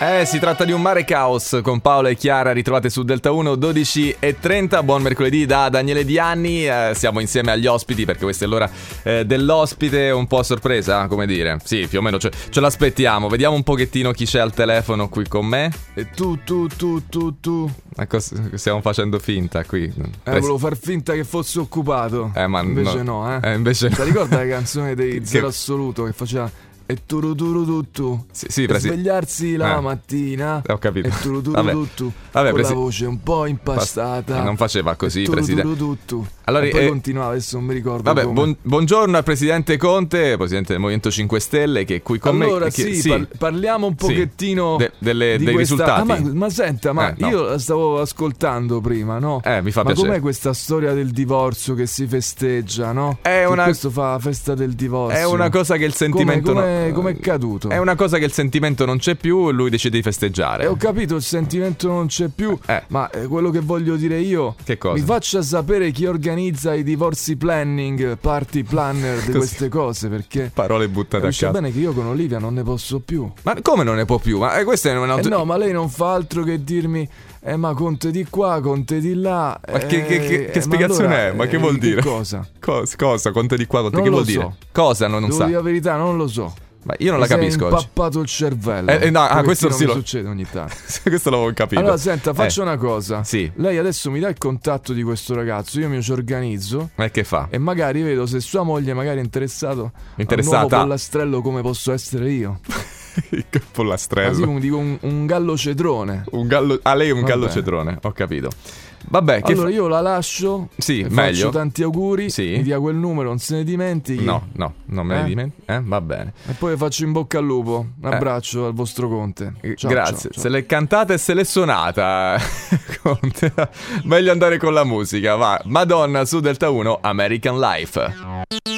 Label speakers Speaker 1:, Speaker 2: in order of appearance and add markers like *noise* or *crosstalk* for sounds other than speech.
Speaker 1: Eh, si tratta di un mare caos con Paola e Chiara, ritrovate su Delta 1 12 e 30. Buon mercoledì da Daniele Dianni. Eh, siamo insieme agli ospiti perché questa è l'ora eh, dell'ospite, un po' a sorpresa, come dire. Sì, più o meno ce, ce l'aspettiamo. Vediamo un pochettino chi c'è al telefono qui con me. E tu, tu, tu, tu, tu. Ecco, s- stiamo facendo finta qui.
Speaker 2: Eh, volevo far finta che fosse occupato.
Speaker 1: Eh, ma
Speaker 2: invece
Speaker 1: no.
Speaker 2: no,
Speaker 1: Eh,
Speaker 2: eh.
Speaker 1: invece no.
Speaker 2: *laughs* Ti ricorda la canzone dei
Speaker 1: Che-
Speaker 2: Zero Assoluto che faceva e turututtu
Speaker 1: *laughs* Sì, sì,
Speaker 2: e
Speaker 1: presi-
Speaker 2: svegliarsi la
Speaker 1: Eh.
Speaker 2: mattina
Speaker 1: Ho capito.
Speaker 2: e
Speaker 1: Vabbè.
Speaker 2: turutututtu
Speaker 1: Vabbè,
Speaker 2: con
Speaker 1: presi-
Speaker 2: la voce un po' impastata.
Speaker 1: Eh, non faceva così,
Speaker 2: e
Speaker 1: presidente.
Speaker 2: turutututtu.
Speaker 1: Allora,
Speaker 2: e poi
Speaker 1: eh,
Speaker 2: continuava, adesso non mi ricordo
Speaker 1: Vabbè,
Speaker 2: come.
Speaker 1: buon- buongiorno al presidente Conte, presidente del Movimento 5 Stelle, che è qui con
Speaker 2: allora,
Speaker 1: me. che-
Speaker 2: sì, par- parliamo un
Speaker 1: Sì.
Speaker 2: pochettino
Speaker 1: De- delle-
Speaker 2: Oh, di
Speaker 1: dei
Speaker 2: questa-
Speaker 1: risultati.
Speaker 2: Ah, ma, ma senta, ma
Speaker 1: Eh, no.
Speaker 2: io la stavo ascoltando prima, no?
Speaker 1: Eh, mi fa
Speaker 2: ma
Speaker 1: piacere.
Speaker 2: com'è questa storia del divorzio che si festeggia, no?
Speaker 1: È
Speaker 2: Che
Speaker 1: una-
Speaker 2: questo fa la festa del divorzio.
Speaker 1: È una cosa che il sentimento
Speaker 2: Come- come-
Speaker 1: no- eh,
Speaker 2: come è caduto?
Speaker 1: È una cosa che il sentimento non c'è più e lui decide di festeggiare.
Speaker 2: E ho capito, il sentimento non c'è più,
Speaker 1: Eh.
Speaker 2: ma eh, quello che voglio dire io...
Speaker 1: Che cosa?
Speaker 2: Mi faccia sapere chi organizza i divorzi planning, party planner di
Speaker 1: Così.
Speaker 2: queste cose, perché...
Speaker 1: Parole buttate a
Speaker 2: Capisce
Speaker 1: caso.
Speaker 2: bene che io con Olivia non ne posso più.
Speaker 1: Ma come non ne può più? Ma eh, questa è una
Speaker 2: Eh no, ma lei non fa altro che dirmi. Eh, ma Conte di qua, Conte di là.
Speaker 1: Ma che-
Speaker 2: eh,
Speaker 1: che- che- che
Speaker 2: eh, ma
Speaker 1: spiegazione è?
Speaker 2: allora,
Speaker 1: Ma che
Speaker 2: eh,
Speaker 1: vuol dire?
Speaker 2: cosa?
Speaker 1: Cos- cosa? Conte di qua, conte
Speaker 2: Non
Speaker 1: che vuol
Speaker 2: lo
Speaker 1: dire?
Speaker 2: so.
Speaker 1: Cosa non, non
Speaker 2: Devo
Speaker 1: sa?
Speaker 2: dire la verità, non lo so.
Speaker 1: Ma io non la
Speaker 2: Mi sei
Speaker 1: capisco oggi. *laughs*
Speaker 2: impappato il cervello.
Speaker 1: Eh, eh, no, ah,
Speaker 2: Pochettino
Speaker 1: questo sì
Speaker 2: mi
Speaker 1: lo-
Speaker 2: succede
Speaker 1: *laughs*
Speaker 2: ogni tanto.
Speaker 1: questo l'avevo capito.
Speaker 2: Allora, senta,
Speaker 1: Eh,
Speaker 2: faccio una cosa.
Speaker 1: Sì.
Speaker 2: Lei adesso mi dà il contatto di questo ragazzo, io mi ci organizzo.
Speaker 1: Ma che fa?
Speaker 2: E magari vedo se sua moglie magari è interessato
Speaker 1: Interessata.
Speaker 2: Eh,
Speaker 1: *laughs*
Speaker 2: al nuovo pollastrello come posso essere io.
Speaker 1: Il
Speaker 2: Così
Speaker 1: pollastrello.
Speaker 2: un, dico un, un gallo cedrone.
Speaker 1: Un gallo... Ah, lei è un
Speaker 2: Va
Speaker 1: gallo
Speaker 2: bene.
Speaker 1: cedrone, ho capito. Vabbè, che fa-
Speaker 2: allora io la lascio.
Speaker 1: Sì,
Speaker 2: le
Speaker 1: meglio.
Speaker 2: Faccio tanti auguri.
Speaker 1: Sì.
Speaker 2: Mi dia quel numero, non se ne dimentichi.
Speaker 1: No, no, non me ne
Speaker 2: Eh?
Speaker 1: dimentico. Eh, va bene.
Speaker 2: E poi le faccio in bocca al lupo. Un abbraccio al vostro conte. Ciao,
Speaker 1: Eh. Grazie.
Speaker 2: ciao, ciao.
Speaker 1: Se l'è cantata e se l'è suonata. *laughs* Conte. Meglio andare con la musica, va. Madonna su Delta 1 American Life.